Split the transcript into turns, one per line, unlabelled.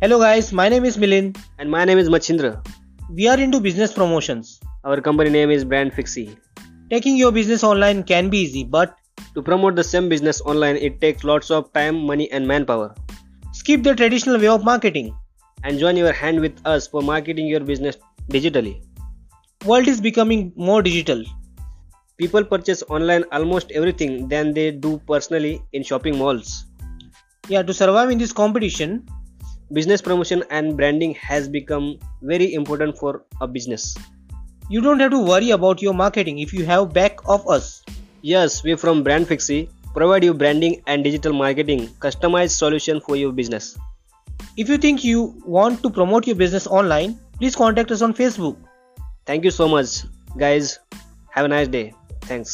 Hello, guys. My name is Milin.
And my name is Machindra.
We are into business promotions.
Our company name is Brand Fixie.
Taking your business online can be easy, but
To promote the same business online, it takes lots of time, money, and manpower.
skip the traditional way of marketing.
And join your hand with us for marketing your business digitally.
World is becoming more digital.
People purchase online almost everything than they do personally in shopping malls.
Yeah, to survive in this competition,
Business promotion and branding has become very important for a business.
you don't have to worry about your marketing if you have back of us.
Yes, we from Brand Fixie provide you branding and digital marketing customized solution for your business.
If you think you want to promote your business online, please contact us on Facebook.
Thank you so much, guys. Have a nice day. Thanks.